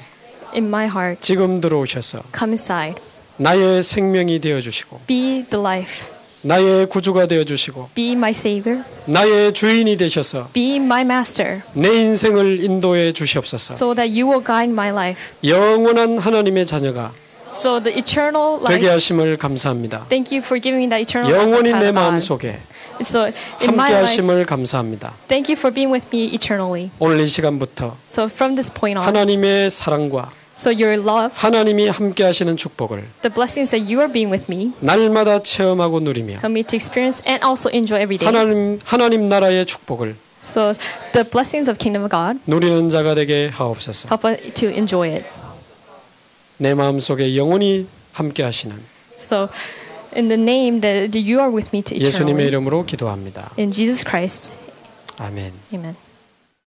in my heart.
지금 들어오셔서
Come inside.
나의 생명이 되어 주시고
Be the life.
나의 구주가 되어 주시고
Be my Savior.
나의 주인이 되셔서
Be my Master,
내 인생을 인도해 주시옵소서.
so that you will guide my life.
영원한 하나님의 자녀가
So the eternal
되게
life.
하심을 감사합니다.
Thank you for giving me that eternal life.
영원히
child
내
of God.
마음 속에
So in my
함께
life,
하심을 감사합니다.
thank you for being with me eternally.
오늘 이 시간부터
So from this point on,
하나님의 사랑과
so your love,
하나님이 함께 하시는 축복을
the blessings that you are being with me,
날마다 체험하고 누리며
help me to experience and also enjoy every day.
하나님 하나님 나라의 축복을
So the blessings of kingdom of God,
누리는 자가 되게 하옵소서.
help us to enjoy it.
내 마음 속에 영원히 함께 하시는
So in the name that you are with me to
예수님의
eternally.
이름으로 기도합니다.
In Jesus Christ,
아멘.
amen.